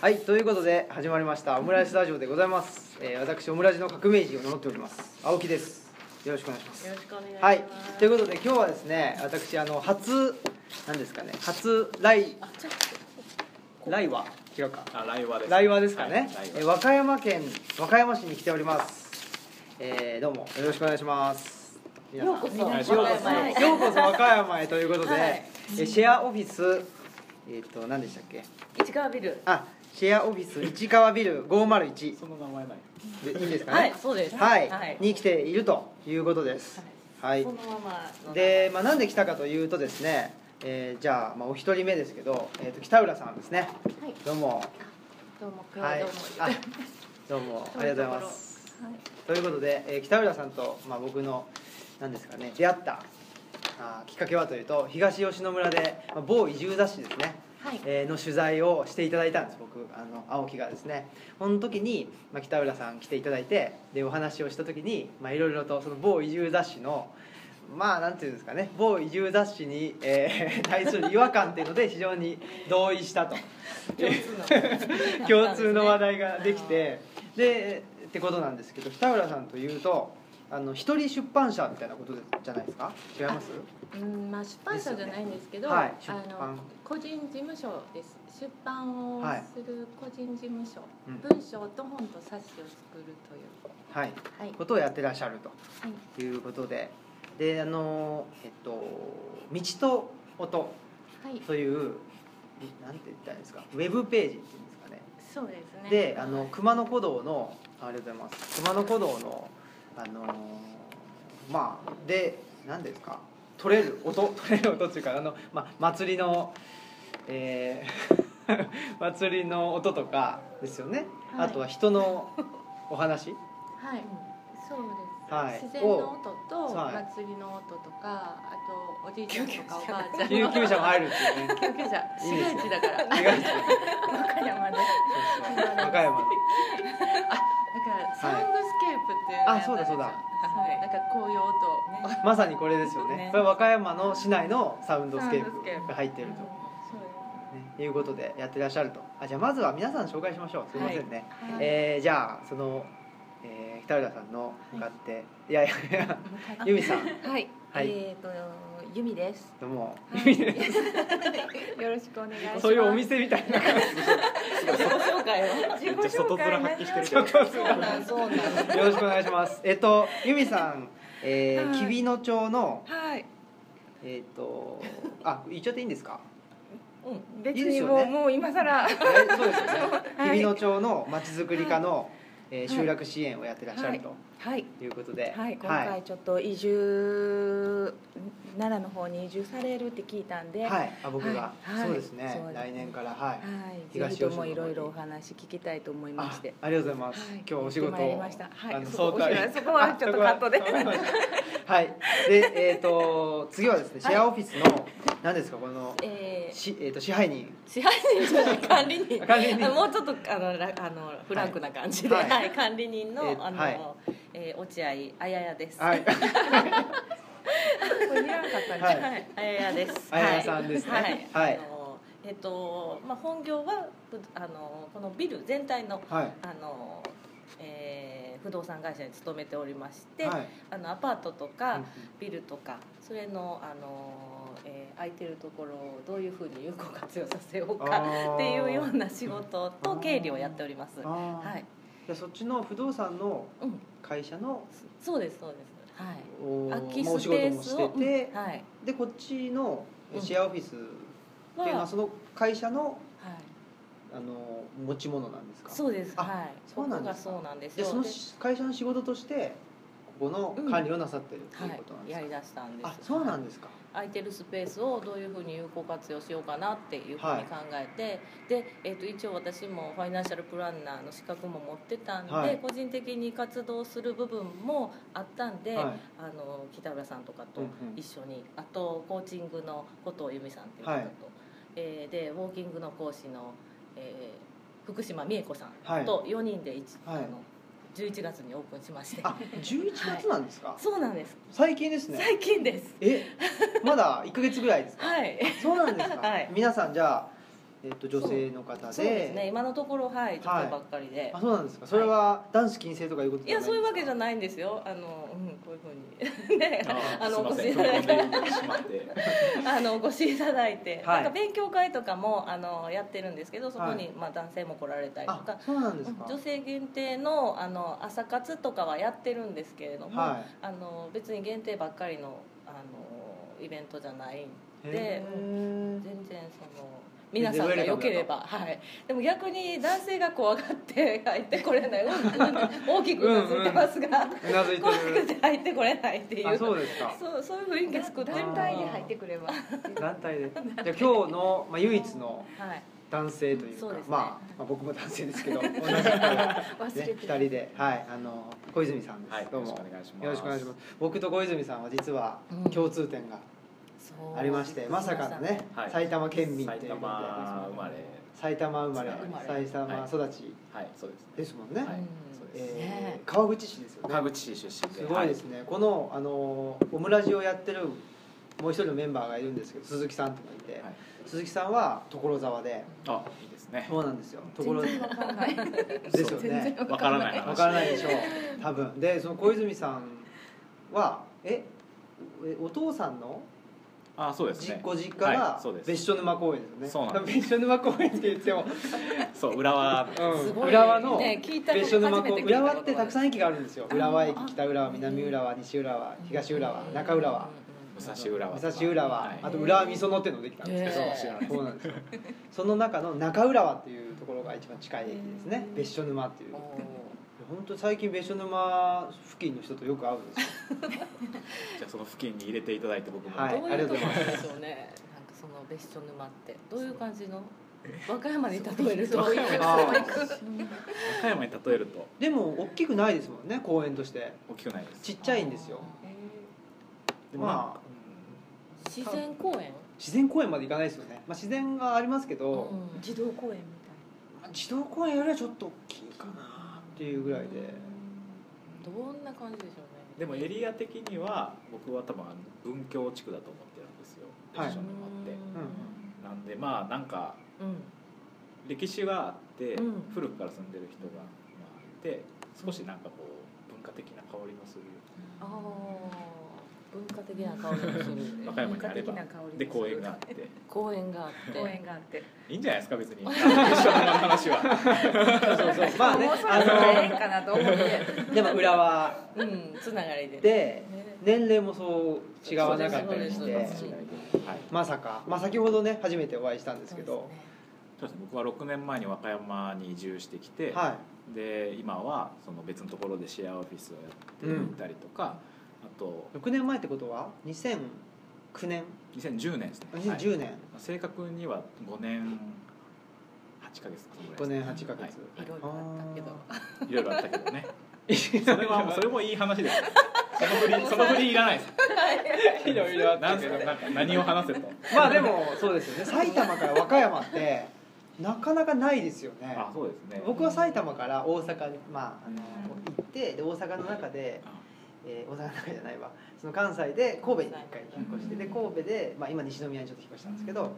はいということで始まりましたオムライスラジオでございます、えー私オムラジの革命児を名乗っております青木ですよろしくお願いしますよろしくお願いします。はいということで今日はですね私あの初なんですかね初来あ、ちょっ来は違うかあ、ライワです。来和ですかね、はいえラーイ和歌山県和歌山市に来ております、えーどうもよろしくお願いします皆さんようこそようこそ和歌山へようこそ和歌山へということで、はいえーシェアオフィスえっ、と何でしたっけと市川ビル。あシェアオフィス市川ビル501その名前ない。でいいんですかねはい、そうです。はいはい。に来ているということですはいそのままの。で、まあ、なんで来たかというとですね、えーじゃあ、まあ、お一人目ですけど、えー、と北浦さんですねはい、どうもどうも、今は日いはどうも。あどうもありがとうございますはいということで、えー北浦さんと、まあ、僕のなんですかね出会ったあーきっかけはというと東吉野村で、まあ、某移住雑誌ですね、はいえーの取材をしていただいたんです僕あの青木がですねその時に、まあ、北浦さん来ていただいてでお話をした時にまあいろいろとその某移住雑誌のまあなんていうんですかね某移住雑誌に、えー 対する違和感っていうので非常に同意 したと共通の。共通の話題ができてでってことなんですけど北浦さんというとあの一人出版社みたいなことじゃないですか違いますうん、まあ、出版社じゃないんですけど、ですよねはいあ出の版、個人事務所です。出版をはいする個人事務所、うん文章と本と冊子を作るという。はいはい、ことをやってらっしゃるはい、ということでであのえっと「道と音はい」、というなんて言ったらいいんですかウェブページっていうんですかねそうですね。であの熊野古道のあありがとうございます熊野古道のあのーまあで何ですか取れる音取れる音っていうかあの、まあ、祭りのえー 祭りの音とかですよね、はいあとは人の お話はい、そうです。はい自然の音と、はい祭りの音とか、あと、おじいちゃんとか、おばあちゃん。救急車も入るっていう ね救急車、い市いですね街地だから。違うそう和歌山で。そう和歌山のだから、サウンドスケープっていうのをやったんですよ。あそうだそうだはい、なんか紅葉と。まさにこれですよねねこれ和歌山の市内のサウンドスケーサウンドスケーププが入っていると、そうです。ね、いうことでやってらっしゃるとあじゃあまずは皆さん紹介しましょうすいませんね、はいえーじゃあその、えー北浦さんの向かって、い、やいやいや由美さんはい、はいえっ、と、ゆみです。どうも、はい由美です よろしくお願いします。 そういうお店みたいな感自己紹介を。めっちゃ外面発揮してるじけど。そうなん、そうなん。よろしくお願いしますえっと由美さんえーはい吉備野町のはい、えっ、とあ言っちゃっていいんですかうん、別いいですによもう、ねもう今更。えそうですよねはい日比野町のまちづくり課の、えー集落支援をやってらっしゃるとはい、いうことで、はい、今回ちょっと移住、奈良の方に移住されるって聞いたんで。はい、あ僕が、はいはいそうですねそうです来年からはい、はい、ぜ東ひ吉と野の方もにいろいろお話聞きたいと思いまあして。ありがとうございます、はい今日お仕事行ってまいりましたはいそこ体お仕事そこはちょっとカットであそこはわかり ましたはいでえっ、と次はですねシェアオフィスの、何ですかこのえーし、えー、と支配人支配人じゃない 管理人管理人もうちょっとあのらあのフランクな感じで、ははいい管理人えの、あはいの、えー落合あややです。はい これいらなかったんで、はいはい、あややです。あややさんですねはい。はいあのえっと、まあ、本業は、ぶあの、このビル全体の、はいあの。えー不動産会社に勤めておりまして、はいあのアパートとうんか、うんビルとかそれの、あのえー空いてるところをどういうふうに有効活用させようあかーっていうような仕事あとー経理をやっておりますあはー、い、じゃあそっちの不動産のうん、会社のそうですそうですはいお空きまあおス仕事ペーもスしを、てて、うんはいでこっちのうんシェアオフィスっていうのははその会社のはい、あの持ち物なんですかそうですあはいそうなんですかここがそうなんですでよそのでし会社の仕事としてここの管理をなさってるっていうはことなんい、ですやか、りだしたんですあそうなんはいですか、空いてるスペースをどういうふうに有効活用しようかなっていうふうに考えて、で、えー、と一応私もファイナンシャルプランナーの資格も持ってたんで、はい個人的に活動する部分もあったんで、はあの北浦さんとかうんとうん一緒に、あとコーチングのことを由美さんっていう方と、はいえーでウォーキングの講師の、えー福島美恵子さはいんと4人で一、はいあの11月にオープンしましてあ11月なんですか、そうなんです最近ですね最近ですえまだ1か月ぐらいですかはいそうなんですか、はい皆さんじゃあえっと女性の方でそうですね今のところはい女性ばっかりで、あそうなんですかそれは男子禁制とかいうことい、やそういうわけじゃいないんですよあの、うん、こういうふうに ね あのおす越いしいまただせいてん踏み込んでしまってあのお越しいただいて、はいなんか勉強会とかもあのやってるんですけどそこに、はまあ、男性も来られたりとあかそうなんですか女性限定のあの朝活とかはやってるんですけれども、はあの別に限定ばっかりのあのイベントじゃないいでへー全然その皆さんが良ければ、はい、でも逆に男性が怖がって入ってこれないうんうん大きくうなずいてますが、うなずいて怖くるて入 ってこれないっていうあそうですかそうそういう雰囲気作ってる団体で入ってくれば団体でじゃあ今日の、まあ、唯一のはい男性というかそうですねまあ、まあ僕も男性です けど同じく、ね、忘れ2て人るで、はい、あの小泉さんです、はいどようろもしくお願いしますよろしくお願いします僕と小泉さんは実はうん共通点がそうありまして、まさかのね、はい埼玉県民と埼いうことで玉生まれ埼玉生まれ生まれ埼玉育ちはいそうですねですもんね、はいうんそうですえねー川口市ですよね川口市出身ですごいですね、このあのオムラジをやってるもう一人のメンバーがいるんですけど鈴木さんとかいて、はい鈴木さんは所沢ではいあいいですねそうなんですよ所全沢然わかんないですよねわからない話わからないでしょう多分でその小泉さんはええお父さんのあそうです実ねご実家はがいそうです別所沼公園ですよねそうなんです別所沼公園って言っても、そう浦和うんすごい浦和のね聞いたこと別所沼公初園めて聞いた浦こと和ってたくさん駅があるんですよ浦和駅あ北浦和南浦和西浦和東浦和中浦和武蔵浦和とか武蔵浦和、はいあと浦和美園っていうのができたんですけど、へーそうなんですよその中の中浦和っていうところが一番近い駅ですねへー別所沼っていうおー本当最近別所沼付近の人とよく会うんですよじゃあその付近に入れていただいて僕もはいどういうとこありがとうございますなんでしょうね。なんかその別所沼ってどういう感じの和歌山に例えると和歌山あ和歌山に例えるとでも大きくないですもんね公園として大きくないですちっちゃいんですよでもなんまかあ自然公園。自然公園まで行かないですよね、まあ、自然がありますけど、うん児童公園みまあ自動公園よりはちょっと大きいかなっていうぐらいでどんな感じでしょうね。でもエリア的には僕は多分あの文教地区だと思ってるんですよはい別所沼ってなんでまあなんかうん。歴史はあって、うん古くから住んでる人がまあいて少しなんかこう文化的な香りもするああ文化的な香りが する。和歌山にあれば文化的な香りもするで公園があって公園があったて。いな公園があっていいんじゃないですか別に一緒の話はそうそうまあね もうそろそろええあかなと思ってのでも浦和うんつながりで。でね年齢もそう違わなかったりしそうでてすそうですはいまさか、まあ、先ほどね初めてお会いしたんですけどそうですね僕は6年前に和歌山に移住してきて、はで今はその別のところでシェアオフィスをやっていたりとか、あとい6年前ってことは2009年2010年ですねはい2010年、まあ正確には5年8ヶ月そ5のぐらい年8ヶ月、はいいろいろあったけど。いろいろあったけどね それはもうそれもいい話ですその 振りその振りいらないですいろいろあなんすかなんか何を話せとまあでもそうですよね埼玉から和歌山ってなかなかないですよねあそうですね僕は埼玉から大阪に、まあ、あの行ってで大阪の中で、あえー大阪の中じゃないわその関西で神戸に一回引っ越してで神戸で、まあ、今西宮にちょっと引っ越したんですけど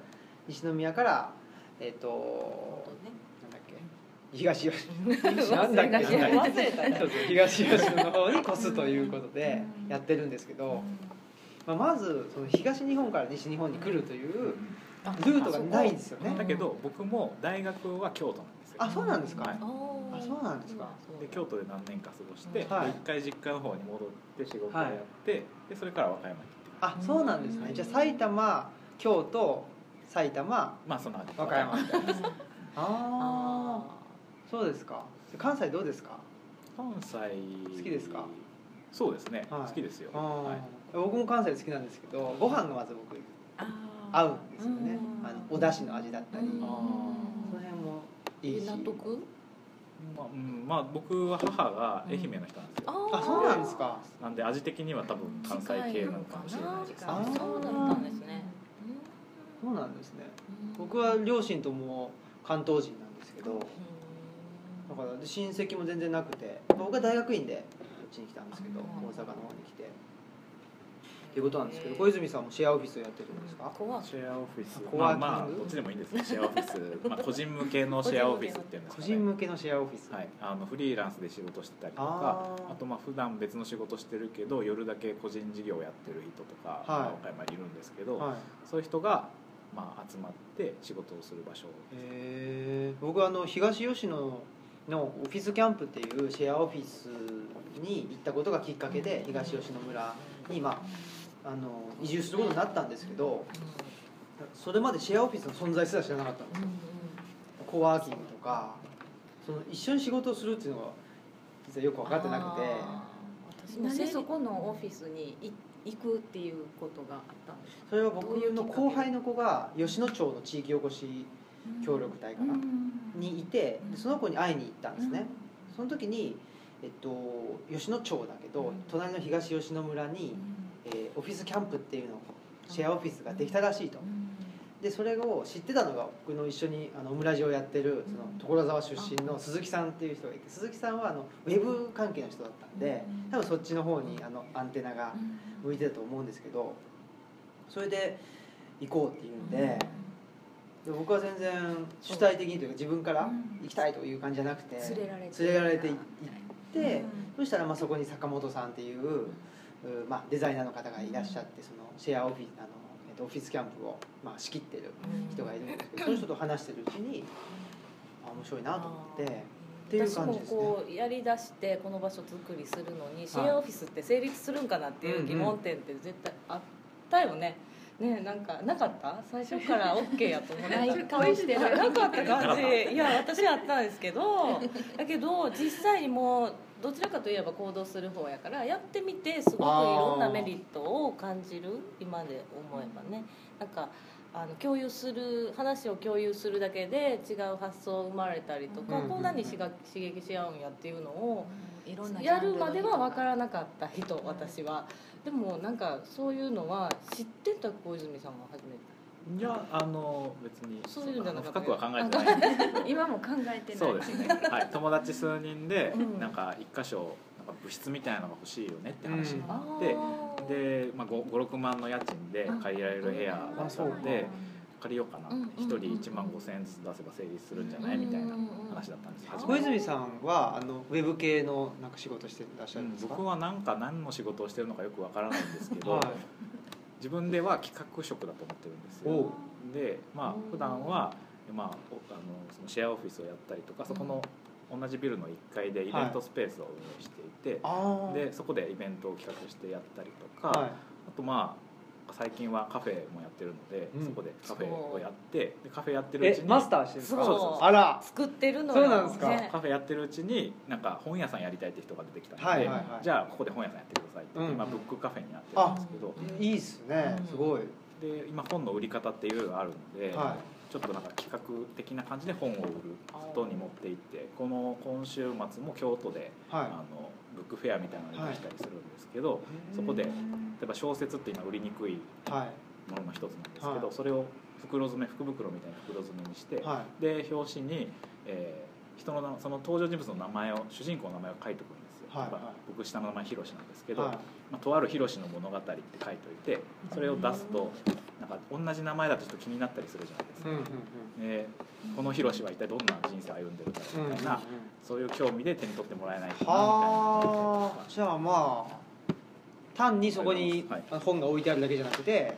西宮からえっ、となんだっけ東吉野なんだっけ忘れたそうそう東吉野の方に越すということでやってるんですけど、まあ、まずその東日本から西日本に来るというルートがないんですよねだけど僕も大学は京都なんですよあそうなんですか、はいああそうなんですかで京都で何年か過ごして、はい一回実家の方に戻って仕事をやって、でそれから和歌山に行ってあそうなんですねじゃあ埼玉京都埼玉まあその後和歌山みたいなあああそうですか関西どうですか 関西好きですかそうですね、はい好きですよ、あー、はい僕も関西好きなんですけどご飯がまず僕合うんですよねうんあのお出汁の味だったりうんそのあ辺もいいーし納得ーまあ、うんまあ、僕は母が愛媛の人なんですよ、あそうなんですかなんで味的には多分関西系なのかもしれないです近いのかなねそうだったんですね。そうなんですねうん僕は両親とも関東人なんですけどだうからで親戚も全然なくて僕は大学院でこっちに来たんですけどあ大ー阪の方に来てっていうことなんですけど小泉さんもシェアオフィスをやってるんですか怖いシェアオフィスコまワーあキングまあどっちでもいいんですけどシェアオフィス、まあ、個人向けのシェアオフィスっていうんです個か、ね、人向けのシェアオフィス、はい、あのフリーランスで仕事してたりとかああーとまあ普段別の仕事してるけど夜だけ個人事業をやってる人とか、まあはい岡山にいるんですけど、はいそういう人が、まあ、集まって仕事をする場所えー僕はあの東吉野のオフィスキャンプっていうシェアオフィスに行ったことがきっかけで東吉野村に、まあ、あの移住することになったんですけどそれまでシェアオフィスの存在すら知らなかったんですよコワーキングとかその一緒に仕事をするっていうのが実はよく分かってなくて私もなん整で理そこのオフィスにい行くっていうことがあったんですかそれは僕の後輩の子が吉野町の地域おこし協力隊かなにいてでその子に会いに行ったんですね。その時に、えっと、吉野町だけど、うん隣の東吉野村に、えーオフィスキャンプっていうのをシェアオフィスができたらしいと、でそれを知ってたのが僕の一緒にあのオムラジをやってるその所沢出身の鈴木さんっていう人がいて鈴木さんはあのウェブ関係の人だったんで多分そっちの方にあのアンテナが向いてたと思うんですけどそれで行こうっていうんで。で僕は全然主体的にというか自分から行きたいという感じじゃなくて連れられて連れられて行って、そしたらまあそこに坂本さんっていう、うまあ、デザイナーの方がいらっしゃってそのシェアオフィスあの、えっと、オフィスキャンプを、まあ、仕切ってる人がいるんですけど、その人と話してるうちにあ面白いなと思ってっていう私感もじですね。こうやりだしてこの場所作りするのにシェアオフィスって成立するんかなっていう疑問点って絶対あったよね。ねえなんかなかった最初から OK やと思ってなたい顔してるなかった感じいや私あったんですけどだけど実際にもうどちらかといえば行動する方やからやってみてすごくいろんなメリットを感じる今で思えばねなんかあの共有する話を共有するだけで違う発想生まれたりとか、うんこんなに刺激刺激し合うんやっていうのをいろんなジャやンルるのまでは分かららなかった人私はでもなんかそういうのは知ってた小泉さんが初めていやあの別にそういうんじゃなかった深くは考えてないんですけど今も考えてないそうですね、はい、友達数人でうんなんか一箇所なんか部室みたいなのが欲しいよねって話になっでて、で、まあ、56万の家賃で借りられる部屋だあったそのうで借りようかなうん一人1万5千円ずつ出せば成立するんじゃないみたいな話だったんです初小め泉さんはあのウェブ系のなんか仕事してらっしゃるんですか、僕はなんか何の仕事をしてるのかよくわからないんですけど、はい、自分では企画職だと思ってるんですおようでまうんあ普段はまあ、おあのそのシェアオフィスをやったりとかそこの同じビルの1階でイベントスペースを運営していて、あーでそこでイベントを企画してやったりとか、はあとまあ最近はカフェもやってるので、うんそこでカフェをやってでカフェやってるい、うちえにマスターしてるんですかそうあら作ってるのそうなんですかねカフェやってるうちになんか本屋さんやりたいって人が出てきたので、はいはいはいじゃあここで本屋さんやってくださいって言って、うん今ブックカフェになってるんですけどいいっすねうんすごい、で今本の売り方っていろいろあるので、はちょっとなんか企画的な感じで本を売ることに持っていってこの今週末も京都で、いはあいのブックフェアみたいなのに出したりするんですけど、そこで例えば小説って今売りにくいはものの一つなんですけど、はいそれを袋詰め福袋みたいな袋詰めにして、いはで表紙に、えー人の名その登場人物の名前を主人公の名前を書いておくんですよ、はいまあ僕下の名前ヒロシなんですけいど、はまあ、とあるヒロシの物語って書いておいてそれを出すとなんか同じ名前だとちょっと気になったりするじゃないですいうんか、うんうんでこのヒロシは一体どんな人生を歩んでるんだろうみたいな、そういう興味で手に取ってもらえないかなみたいなのをはやったりとかあじゃあまあ単にそこにはい本が置いてあるだけじゃなくて、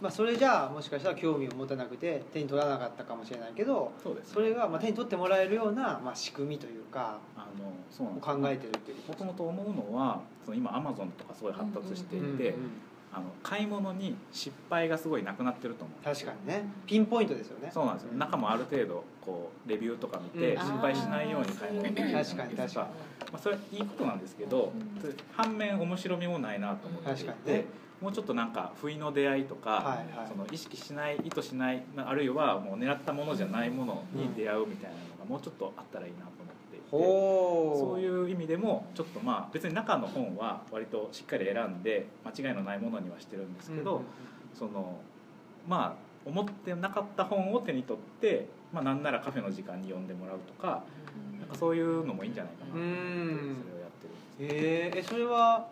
まあ、それじゃあもしかしたら興味を持たなくて手に取らなかったかもしれないけどそうですねそれがまあ手に取ってもらえるようなまあ仕組みというかあのそうなんをです考えてるっていうこもともと思うのはその今アマゾンとかすごい発達しとていて、うんうんあの買い物に失敗がすごいなくなってると思う確かにねピンポイントですよねそうなんですよ、うん中もある程度こうレビューとか見てうん失敗しないように買い物できるじゃないですか確かに確かまあ、それいいことなんですけど、う反面面白みもないなと思ってい確かて、にねもうちょっとなんか不意の出会いとか、はいはいその意識しない意図しないまああるいはもう狙ったものじゃないものに出会うみたいなのがもうちょっとあったらいいなと思っていて。ほうそういう意味でもちょっとまあ別に中の本は割としっかり選んで間違いのないものにはしてるんですけど、うんうんそのまあ思ってなかった本を手に取って、まあなんならカフェの時間に読んでもらうとかなんかそういうのもいいんじゃないかなと思っうんてそれをやってるんですえーえそれは、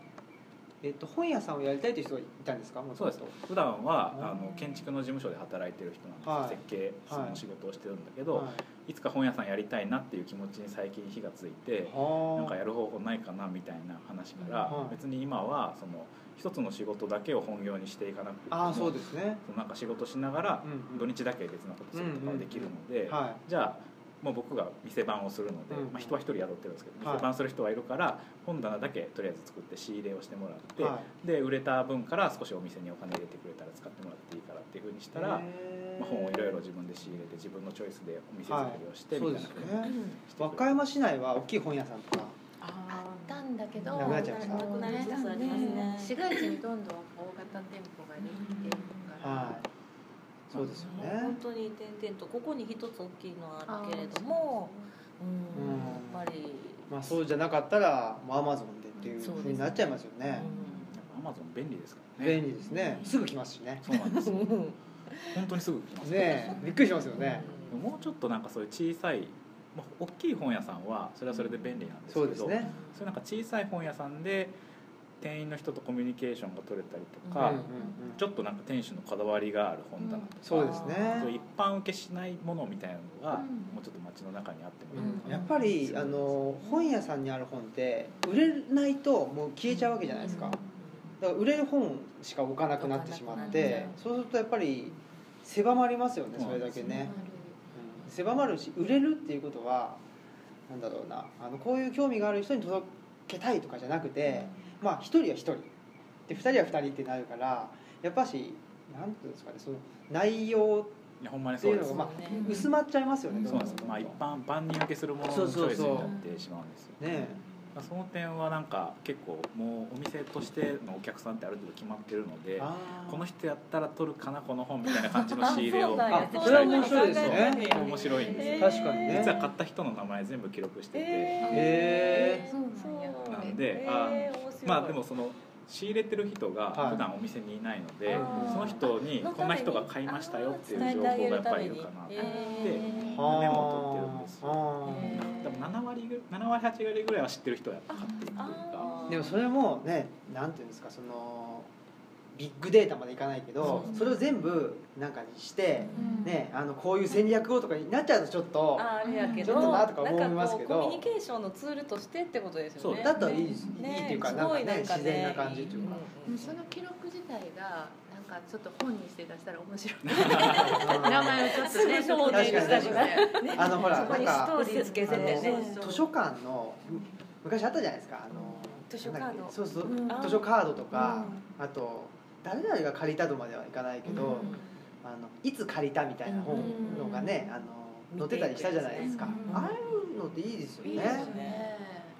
ええっと、本屋さんをやりたいという人がいたんですかもとそうもでとす普段はうんあの建築の事務所で働いてる人なんですよ、はい設計そはのい仕事をしてるんだけど、はいい、つか本屋さんやりたいなっていう気持ちに最近火がついて、あなんかやるる方法ないかなみたいな話から、はい別に今はその一つの仕事だけを本業にしていかなくてもああそうですねそのなんか仕事しながらうんうん土日だけ別のことするとかもできるので、はじゃあもう僕が店番をするので、うんうんまあ、人は一人宿ってるんですけど、はい店番する人はいるから本棚だけとりあえず作って仕入れをしてもらっいて、で売れた分から少しお店にお金入れてくれたら使ってもらっていいからっていうふうにしたら、まあ、本をいろいろ自分で仕入れて自分のチョイスでお店作りをして、そうみでたいすなよふうにねしてくれ和歌山市内は大きい本屋さんとかあったんだけどなくなっちゃいましたなくなりつつありますねね市街地にどんどん大型店舗ができているから、はいそうですよ本ね当に点々とここに一つ大きいのはあるけれどもうんうんやっぱりまあそうじゃなかったらもうアマゾンでっていうそうですねふうになっちゃいますよねアマゾン便利ですからね便利ですねすぐ来ますしねそうなんですようん 本当にすぐ来ますからねえびっくりしますよねもうちょっとなんかそういう小さい、まあ、大きい本屋さんはそれはそれで便利なんですけそどうですねそういうなんか小さい本屋さんで店員の人とコミュニケーションが取れたりとうんうか、んちょっとなんか店主のこだわりがある本棚とか、そうですねそういう一般受けしないものみたいなのが、うんもうちょっと街の中にあってもいいのかなうんやっぱりあの本屋さんにある本って売れないともう消えちゃうわけじゃないですかだから売れる本しか置かなくなってしまってそうするとやっぱり狭まりますよねそれだけねうん狭まるし売れるっていうことはなんだろうなあのこういう興味がある人に届けたいとかじゃなくて、まあ1人は1人で2人は2人ってなるからやっぱしなんていうんですかねその内容いやほんまにってそいううでのすがよ、まあうん薄まっちゃいますよね、うんどそんうどなんんですどんどよんまあ一般万人受けするもののチそうそうそョうイスになってしまうんですよねまあその点はなんか結構もうお店としてのお客さんってある程度決まってるのであーこの人やったら取るかなこの本みたいな感じの仕入れをあ あそれは面白いですよね面白いんですよへー確かにね実は買った人の名前全部記録してて、ーへそうなんやなんでへー面白いまあでもその仕入れてる人はがい普段お店にいないので、あーその人にこんな人が買いましたよっていう情報がやっぱりいるかなと伝えてあげるためにへーメモを取ってるんですよあーへー多分7割ぐ7割8割ぐらいは知ってる人が買っていくというかあーでもそれもねなんていうんですかそのビッグデータまでいかないけどそうそれを全部なんかにして、うんね、あのこういう戦略をとかになっちゃうとちょっとあーあれやけどちょっとなとか思いますけどなんかこうコミュニケーションのツールとしてってことですよねそうだったらいい,、ねいいっていうかすなんかごねいなんかね自然な感じっていうか、でもその記録自体がなんかちょっと本にして出したら面白い名前をちょっとねすぐ表示したりねあのほらそこなんにかストーリーつけてねあの図書館の昔あったじゃないですかあの図書カードなんだっけそうそう、うん図書カードとか、あと誰々が借りたとまではいかないけど、うんあのいつ借りたみたいな本のがね、あの載ってたりしたじゃないですか、見ていくやつねああいうのっていいですよねいいですね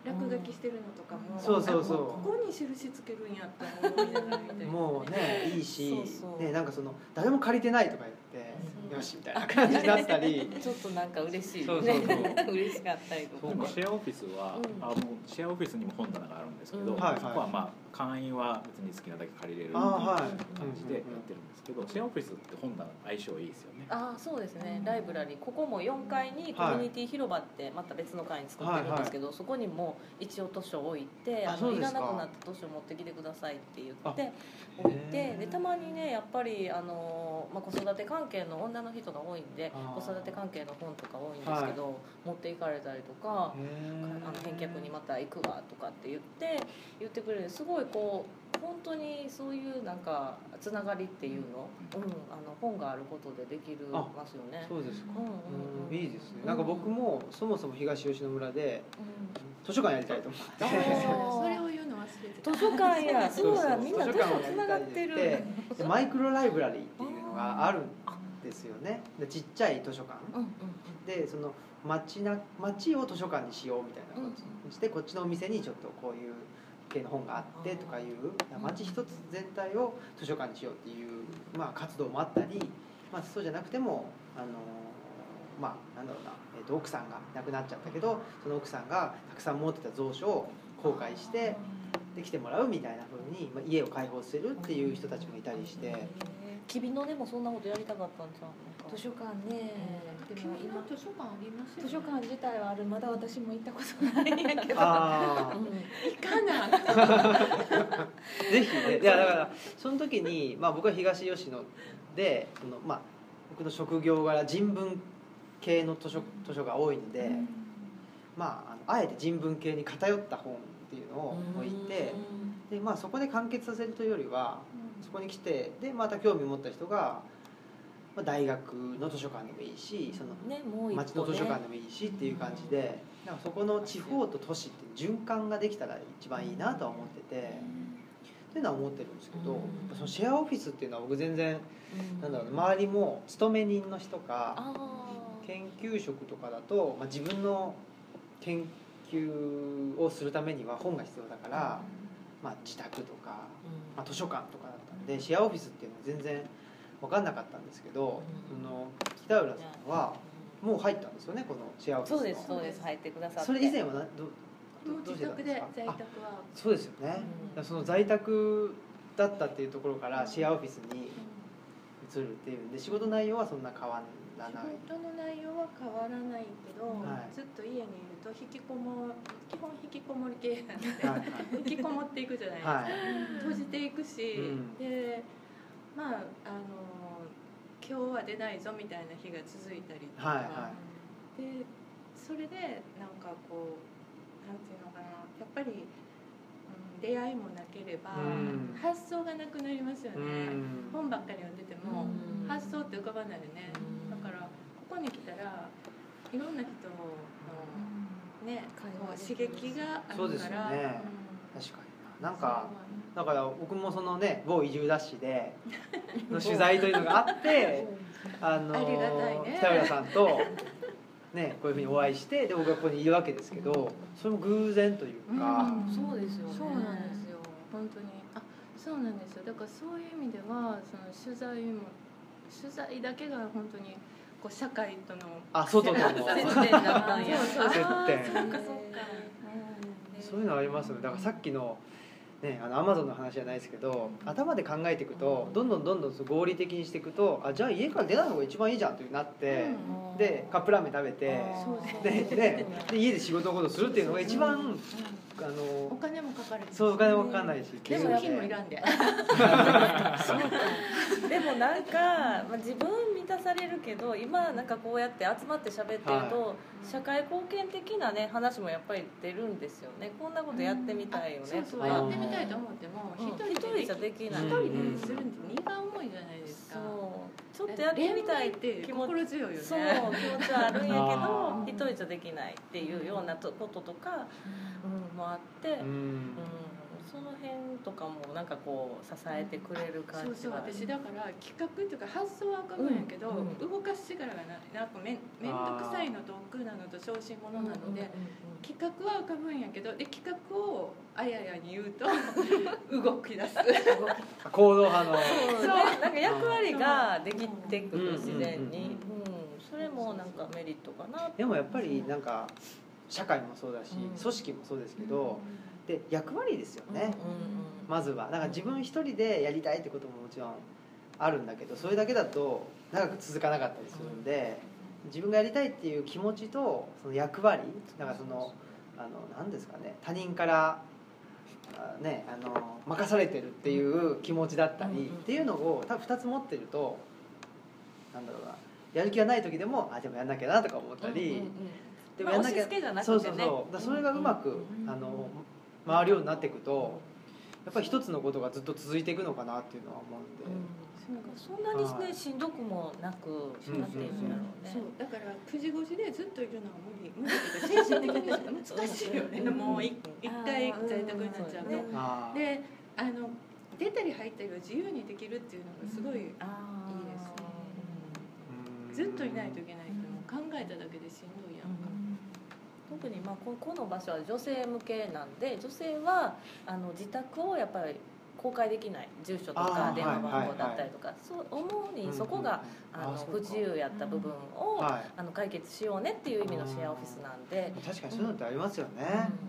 落書きしてるのとかもそうそうそうあこ こに印つけるんやって思いながらみたいなもうねいいしそうそうね、なんかその誰も借りてないとか言って、うんよしみたいな感じになった りちょっとなんか嬉しいねそうそうそう 嬉しかったりとでかもシェアオフィスは、うんあのシェアオフィスにも本棚があるんですけど、うんはいはいそこはまあ会員は別に好きなだけ借りれるああはい感じでやってるんですけど、シェアオフィスって本棚の相性いいですよねああそうですねライブラリーここも4階にコミュニティ広場ってまた別の階に作ってるんですけど、そこにも一応図書置いてああそのういでらすかなくなった図書持ってきてくださいって言あって置いへてーでたまにねやっぱりあの、まあ、子育て関係の女の人が多いんであー子育て関係の本とか多いんですけど、持っていかれたりとか。あの返却にまた行くわとかって言って言ってくれるすごいこう本当にそういうなんかつながりっていうの,、うん、あの本があることでできるあますよね。そうですか、うんうんう、うんんいいですねなんか僕もそもそも東吉野村でうん図書館やりたいと思って そうそれを言うの忘れてた図書館やそうだみんな図書をつながってやりたいってる言ってでマイクロライブラリーっていうのがあるんですよねでちっちゃい図書館うんうんでその町な町を図書館にしようみたいなことにして、こっちのお店にちょっとこういう系の本があってとかいう町一つ全体を図書館にしようっていう、まあ、活動もあったり、まあ、そうじゃなくてもあのまあなんだろうな、えっと奥さんが亡くなっちゃったけどその奥さんがたくさん持ってた蔵書を公開してで来てもらうみたいなふうに、まあ、家を開放するっていう人たちもいたりして。きびのでもそんなことやりたかったんじゃん図書館ね、で君もの今図書館ありますよ、ね、図書館自体はあるまだ私も行ったことないんやけどあーうん行かなぜひねいやだからその時に、まあ、僕は東吉野でその、まあ、僕の職業柄人文系の図書図書が多いので、まあ、あのあえて人文系に偏った本っていうのを置いてで、まあ、そこで完結させるというよりはそこに来てでまた興味を持った人が、まあ、大学の図書館でもいいしそのねもう一町の個図書ね館でもいいしっていう感じで、なんかそこの地方と都市っていう循環ができたら一番いいなとは思ってて、っていうのは思ってるんですけど、うんそのシェアオフィスっていうのは僕全然うんなんだろうな周りも勤め人の人かあ研究職とかだと、まあ、自分の研究をするためには本が必要だから、まあ、自宅とか、まあ、図書館とかだったんでシェアオフィスっていうのは全然分かんなかったんですけど、うんその北浦さんは。もう入ったんですよねこのシェアオフィスそのうですそうです入ってくださってそれ以前はなどもどう自どうしてたん宅ですでか在宅あはそうですよね、だからその在宅だったっていうところからシェアオフィスに移るっていうんで仕事内容はそんな変わらない仕事の内容は変わらないけど、はいずっと家にいると引きこも基本引きこもり系なんではい引きこもっていくじゃないですか、はいはい閉じていくし、うんでまああの今日は出ないぞみたいな日が続いたりとか、はいはでそれでなんかこうなんていうのかなやっぱり、うん、出会いもなければ、うん発想がなくなりますようね、ん本ばっかり読んでても、発想って浮かばないよね、うんだからここに来たらいろんな人のね、こう刺激があるからそうですよねうん確かにななんかだから僕もそのね某移住雑誌での取材というの があってあのありがたい ね北浦さんと、ね、こういうふうにお会いしてで僕がここにいるわけですけどそれも偶然というか、うんそうですよねそうなんですよ本当にあそうなんですよだからそういう意味ではその取材も取材だけが本当にこう社会とのあ外との接点だったんや接点そうそうそうかそうかそういうのありますよねだからさっきのねあのアマゾンの話じゃないですけど頭で考えていくとどんどんどんどんそう合理的にしていくとあじゃあ家から出ない方が一番いいじゃんというなって、うんでカップラーメン食べてそうそうでねで家で仕事のことするっていうのが一番あおの金もかかるそうお金もかかんないしでも金もいらんででもなんか、まあ、自分満たされるけど今なんかこうやって集まって喋ってると、は社会貢献的なね話もやっぱり出るんですよねこんなことやってみたいよね、そうそうあやってみたいと思ってもうん一一人人じゃできなうい、一ん人でするって荷が重いじゃないですかそうちょっとやってみたいって気持ち心強いよねそう気持ちはあるんやあけど一人じゃできないっていうようなとこととか、うん、もあって、ううんんその辺とかもなんかこう支えてくれるそ感うじそうはある私だから企画っていうか発想は浮かぶんやけど、うんうん動かす力がないなんかめんめんどくさいのと億劫なのと小心者なので、企画は浮かぶんやけどで企画をあややに言う と動き出す行動派のそうねなんか役割ができてくうんる自然に、うんうんそれもなんかメリットかなでもやっぱりなんか社会もそうだしうん組織もそうですけどで役割ですよね、うんまずはだから自分一人でやりたいってことももちろんあるんだけどそれだけだと長く続かなかったりするんで自分がやりたいっていう気持ちとその役割だからそのあの何ですかね他人からあねあの任されてるっていう気持ちだったりうんっていうのを多分2つ持ってるとなんだろうなやる気がない時でもあでもやんなきゃなとか思ったり。うんうんうんでもやんなきまゃ,、あ押し付けじゃなくてそねうそうそうだからそれがうまく、うんあの回るようになっていくとやっぱり一つのことがずっと続いていくのかなっていうのは思うんで、なんかそんなにねしんどくもなくうんなっているんだろうねそうだから9時5時でずっといるのは無理無理っていうか精神的に難しいよねうんもうい一回あー在宅になっちゃうと、うんあーであの出たり入ったりを自由にできるっていうのがすごい、あーいいですねうんずっといないといけないけども考えただけでしんどいやんか、特にまあここの場所は女性向けなんで女性はあの自宅をやっぱり公開できない住所とあかー電話番号だったりとか、そう主にそこが、うんあのそう不か自由やった部分を、はあの解決しようねっていう意味のシェアオフィスなんでい、、確かにそういうのってありますよね、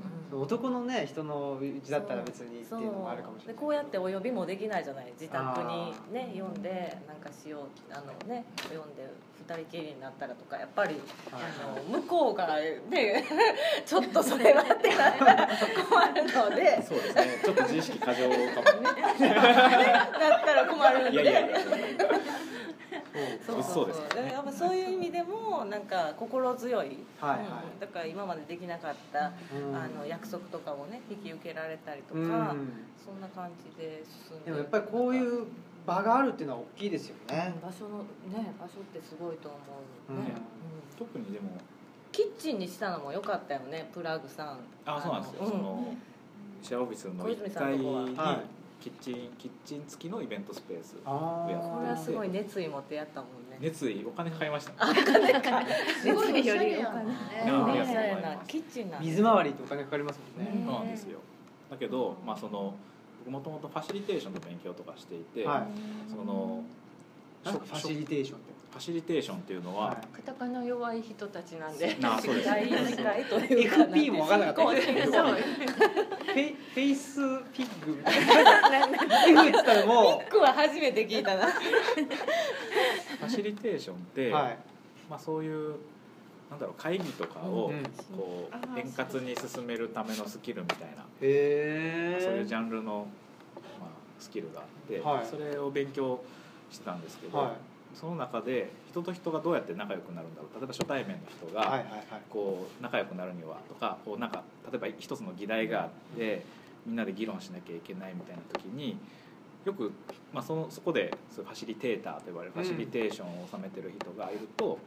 うん男のね人のうちだったら別にってそういうのもあるかもしれなでいこうやってお呼びもできないじゃない自宅にねあ読んでなんかしようあのね読んで二人きりになったらとかやっぱりあの向こうがね ちょっとそれはってなったら困るのでそうで すねちょっと自意識過剰かもねだったら困るんいでやいやいやそうそうですだからやっぱそういう意味でもなんか心強はい、いうんはだから今までできなかった、い、うんあの約束とかもね引き受けられたりとか、うんそんな感じで進んででもやっぱりこういうう場があるっていうのは大きいですよね、場所のね場所ってすごいと思ううんね、特にでもキッチンにしたのも良かったよねプラグさんあそうなんですよ、のそのシェアオフィスの小1泉さんの階とこはにはキッチン、キッチン付きのイベントスペースああこれはすごい熱意持ってやったもんね熱意お金かかりましたすごいおしゃれやもんね熱ね意よりお金ありがとうございますおしゃれなキッチンなんで水回りってお金かかりますもんそうね、なんですよだけど、まあ、その僕もともとファシリテーションの勉強とかしていて、はいそのなんかファシリテーションってファシリテーションっていうのは、はカタカナ弱い人たちなんでなあそうです大事かいとい、いうか FP も分からなかっそうたフェイフェイスピッグみたいな F っつったらも僕は初めて聞いたなファシリテーションっうて、はいまあ、そういうなんだろう会議とかをうんこあうー円滑に進めるためのスキルみたいなへえそういうジャンルの、まあ、スキルがあって、はいそれを勉強してたんですけど、はその中で人と人がどうやって仲良くなるんだろう例えば初対面の人い、はいはがいはいこう仲良くなるにはとかこうなんか例えば一つの議題があってみんなで議論しなきゃいけないみたいな時によく、まあ、そのそこでそういうファシリテーターと呼ばれるファシリテーションを収めてる人がいると、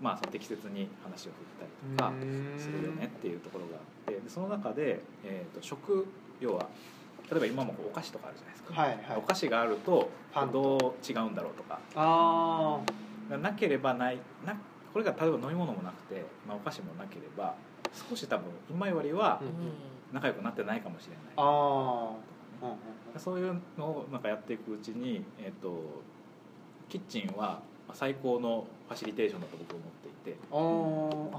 まあ、その適切に話を振ったりとか。するよねっていうところがあってでその中で、えー、と食要は例えば今もこうお菓子とかあるじゃないですうーんか、はいおはい菓子があるとパンどう違うんだろうとかあなければないなこれが例えば飲み物もなくて、まあ、お菓子もなければ少し多分今よりはー、うんうん、仲良くなってないかもしれない、あー、うんうんそういうのをなんかやっていくうちに、えー、とキッチンは最高のファシリテーションだと僕は思っていてうん、あ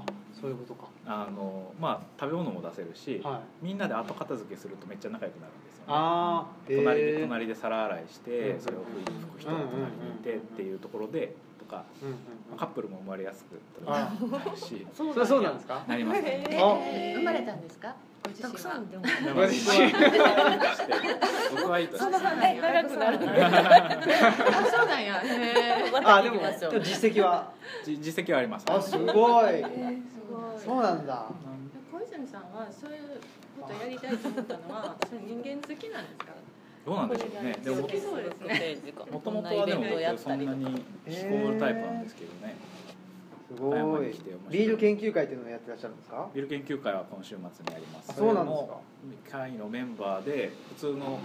ーあそういうことかあの、まあ、食べ物も出せるし、はいみんなで後片付けするとめっちゃ仲良くなるんですよねああ隣で隣で皿洗いしてうんそれを拭く人が隣にいてっていうところでとかうんうんまあうカップルも生まれやすくなるしそん、それそうなんですかなります ねえあー生まれたんですかご自た身くさはんでも僕は僕はいいとしてそんな話長くな るんであそうなんやへまあたで聞もきましょでもう実績はじ実績はありますあすごえいすごい そうなんだ小泉さんはそういうことやりたいと思った のはそれ人間好きなんですかどうなんでしょうねでも好きそうですねもともとはでもこんなイベントやっそたんりとなかに引きこもるタイプなんですけどねすごいビール研究会っていうのをやってらっしゃるんですかビール研究会は今週末にありますそうなんですそれも会のメンバーで普通のあの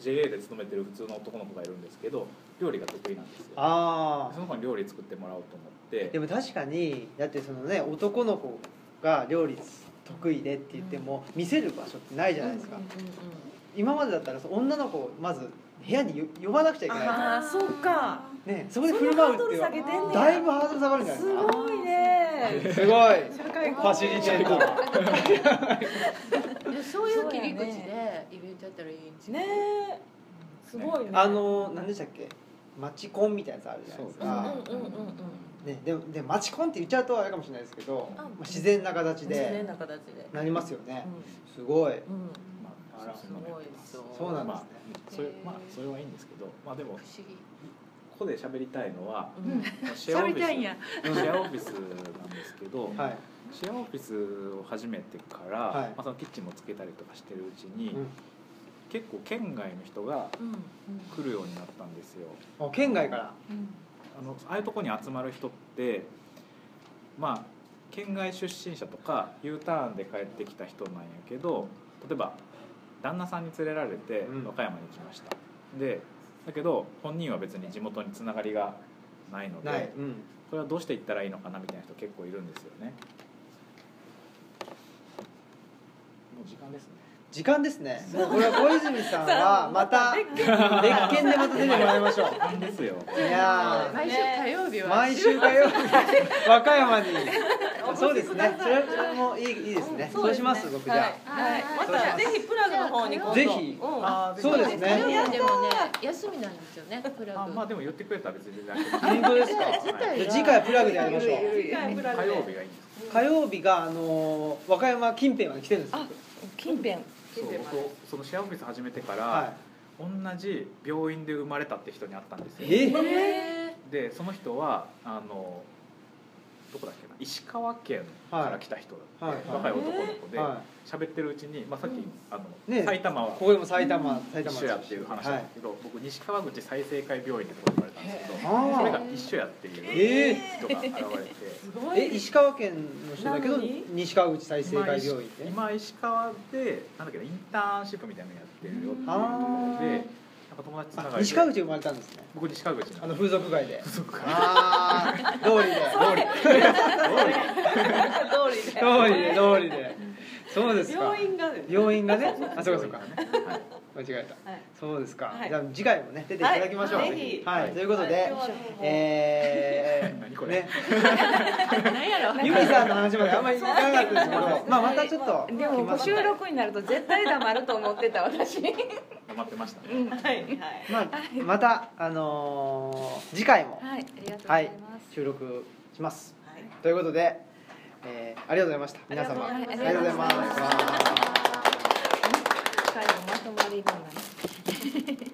JA で勤めてる普通の男の子がいるんですけど料理が得意なんですよあその子に料理作ってもらおうと思ってあでも確かにだってそのね男の子が料理得意でって言っても見せる場所ってないじゃないですか、今までだったらそう女の子をまず部屋によ呼ばなくちゃいけなああそうかい、ね、そこで振る舞うっていうのそんなハードル下げてんはねやだいぶハードル下がるんじゃないすですかごいねすごい社会ファシリテーターーでそういう切り口でイベントやったらいいんじゃないねえすごいねあの何でしたっけマチコンみたいなやつあるじゃないですうんうんかうんうんうんね、でもでマチコンって言っちゃうとあれかもしれないですけど、あまあ自然な形自然でな形でなりますよね、すごいうんまあ、あらそんなのやってますすごいですそうなんですね、それへーまあそれはいいんですけど、まあでも不思議ここで喋りたいのはうんうんシェアオフィス、シやェアオフィスなんですけど、はい、シェアオフィスを始めてから、はいまあそのキッチンもつけたりとかしてるうちに、う結構県外の人がうん来るようになったんですよ。ん、あ県外からあのああいうとこに集まる人って、まあ県外出身者とか U ターンで帰ってきた人なんやけど、例えば旦那さんに連れられてうん和歌山に来ました。で、だけど本人は別に地元につながりがないので、ない、うん、これはどうしていったらいいのかなみたいな人結構いるんですよね。もう時間ですね。時間ですねもうこれは小泉さんはまた別件でまた出てもらいましょ時間ですよ。ういや毎週火曜日はー 毎週火曜日和歌山におそうですねそれそれもいいいいですねそうします僕じゃあはい、はまいたぜひプラグの方に今度ぜひうんあーそうです火ね曜日でもね休みなんですよねプラあグ。まあでも言ってくれたら別に全然本当ですかはいじゃあ次回はプラグでやりましょうゆるゆるプラグ火で曜日がいいんです火曜日があのー和歌山近辺まで来てるんですよあ近 辺 そう僕そのシェアオフィス始めてから、は同じ病院で生まれたって人に会ったんですいよえでその人はあのどこだっけな石川県から来た人だって、はい若い男の子で喋、はってるうちに、まあ、さっき、うんあのね埼玉はいここでも埼玉埼玉一緒やっていう話はなんいですけど、僕西川口再生会病院ってとこに生まれたんですけどそれあが一緒やっていえう人が現れて、すごーえ石川県の人だけどなのに西川口再生会病院って今石川でなんだっけなインターンシップみたいなのやってるよっていうとこあろーでなんか友達つながりあで西川口生まれたんですね僕西川口あなのの風俗街でそうかああ道 理で通りで道理で道理でそうですか病院がね病院がねあそうかそうかはい間違えたはいそうですかはいじゃあ次回もね出ていただきましょうはいぜひはいということで今日はどうもえー何これね何やろ。ゆみさんの話まであんまりいかなかったですけどまあまたちょっとでもご収録になると絶対黙ると思ってた私頑張ってましたね、はいはいまあまたあのー次回もはいありがとうごはざいいます、収録しますはいということで、えー、ありがとうございました皆様ありがとうごあざりいがまとうすございます最後まとまりになる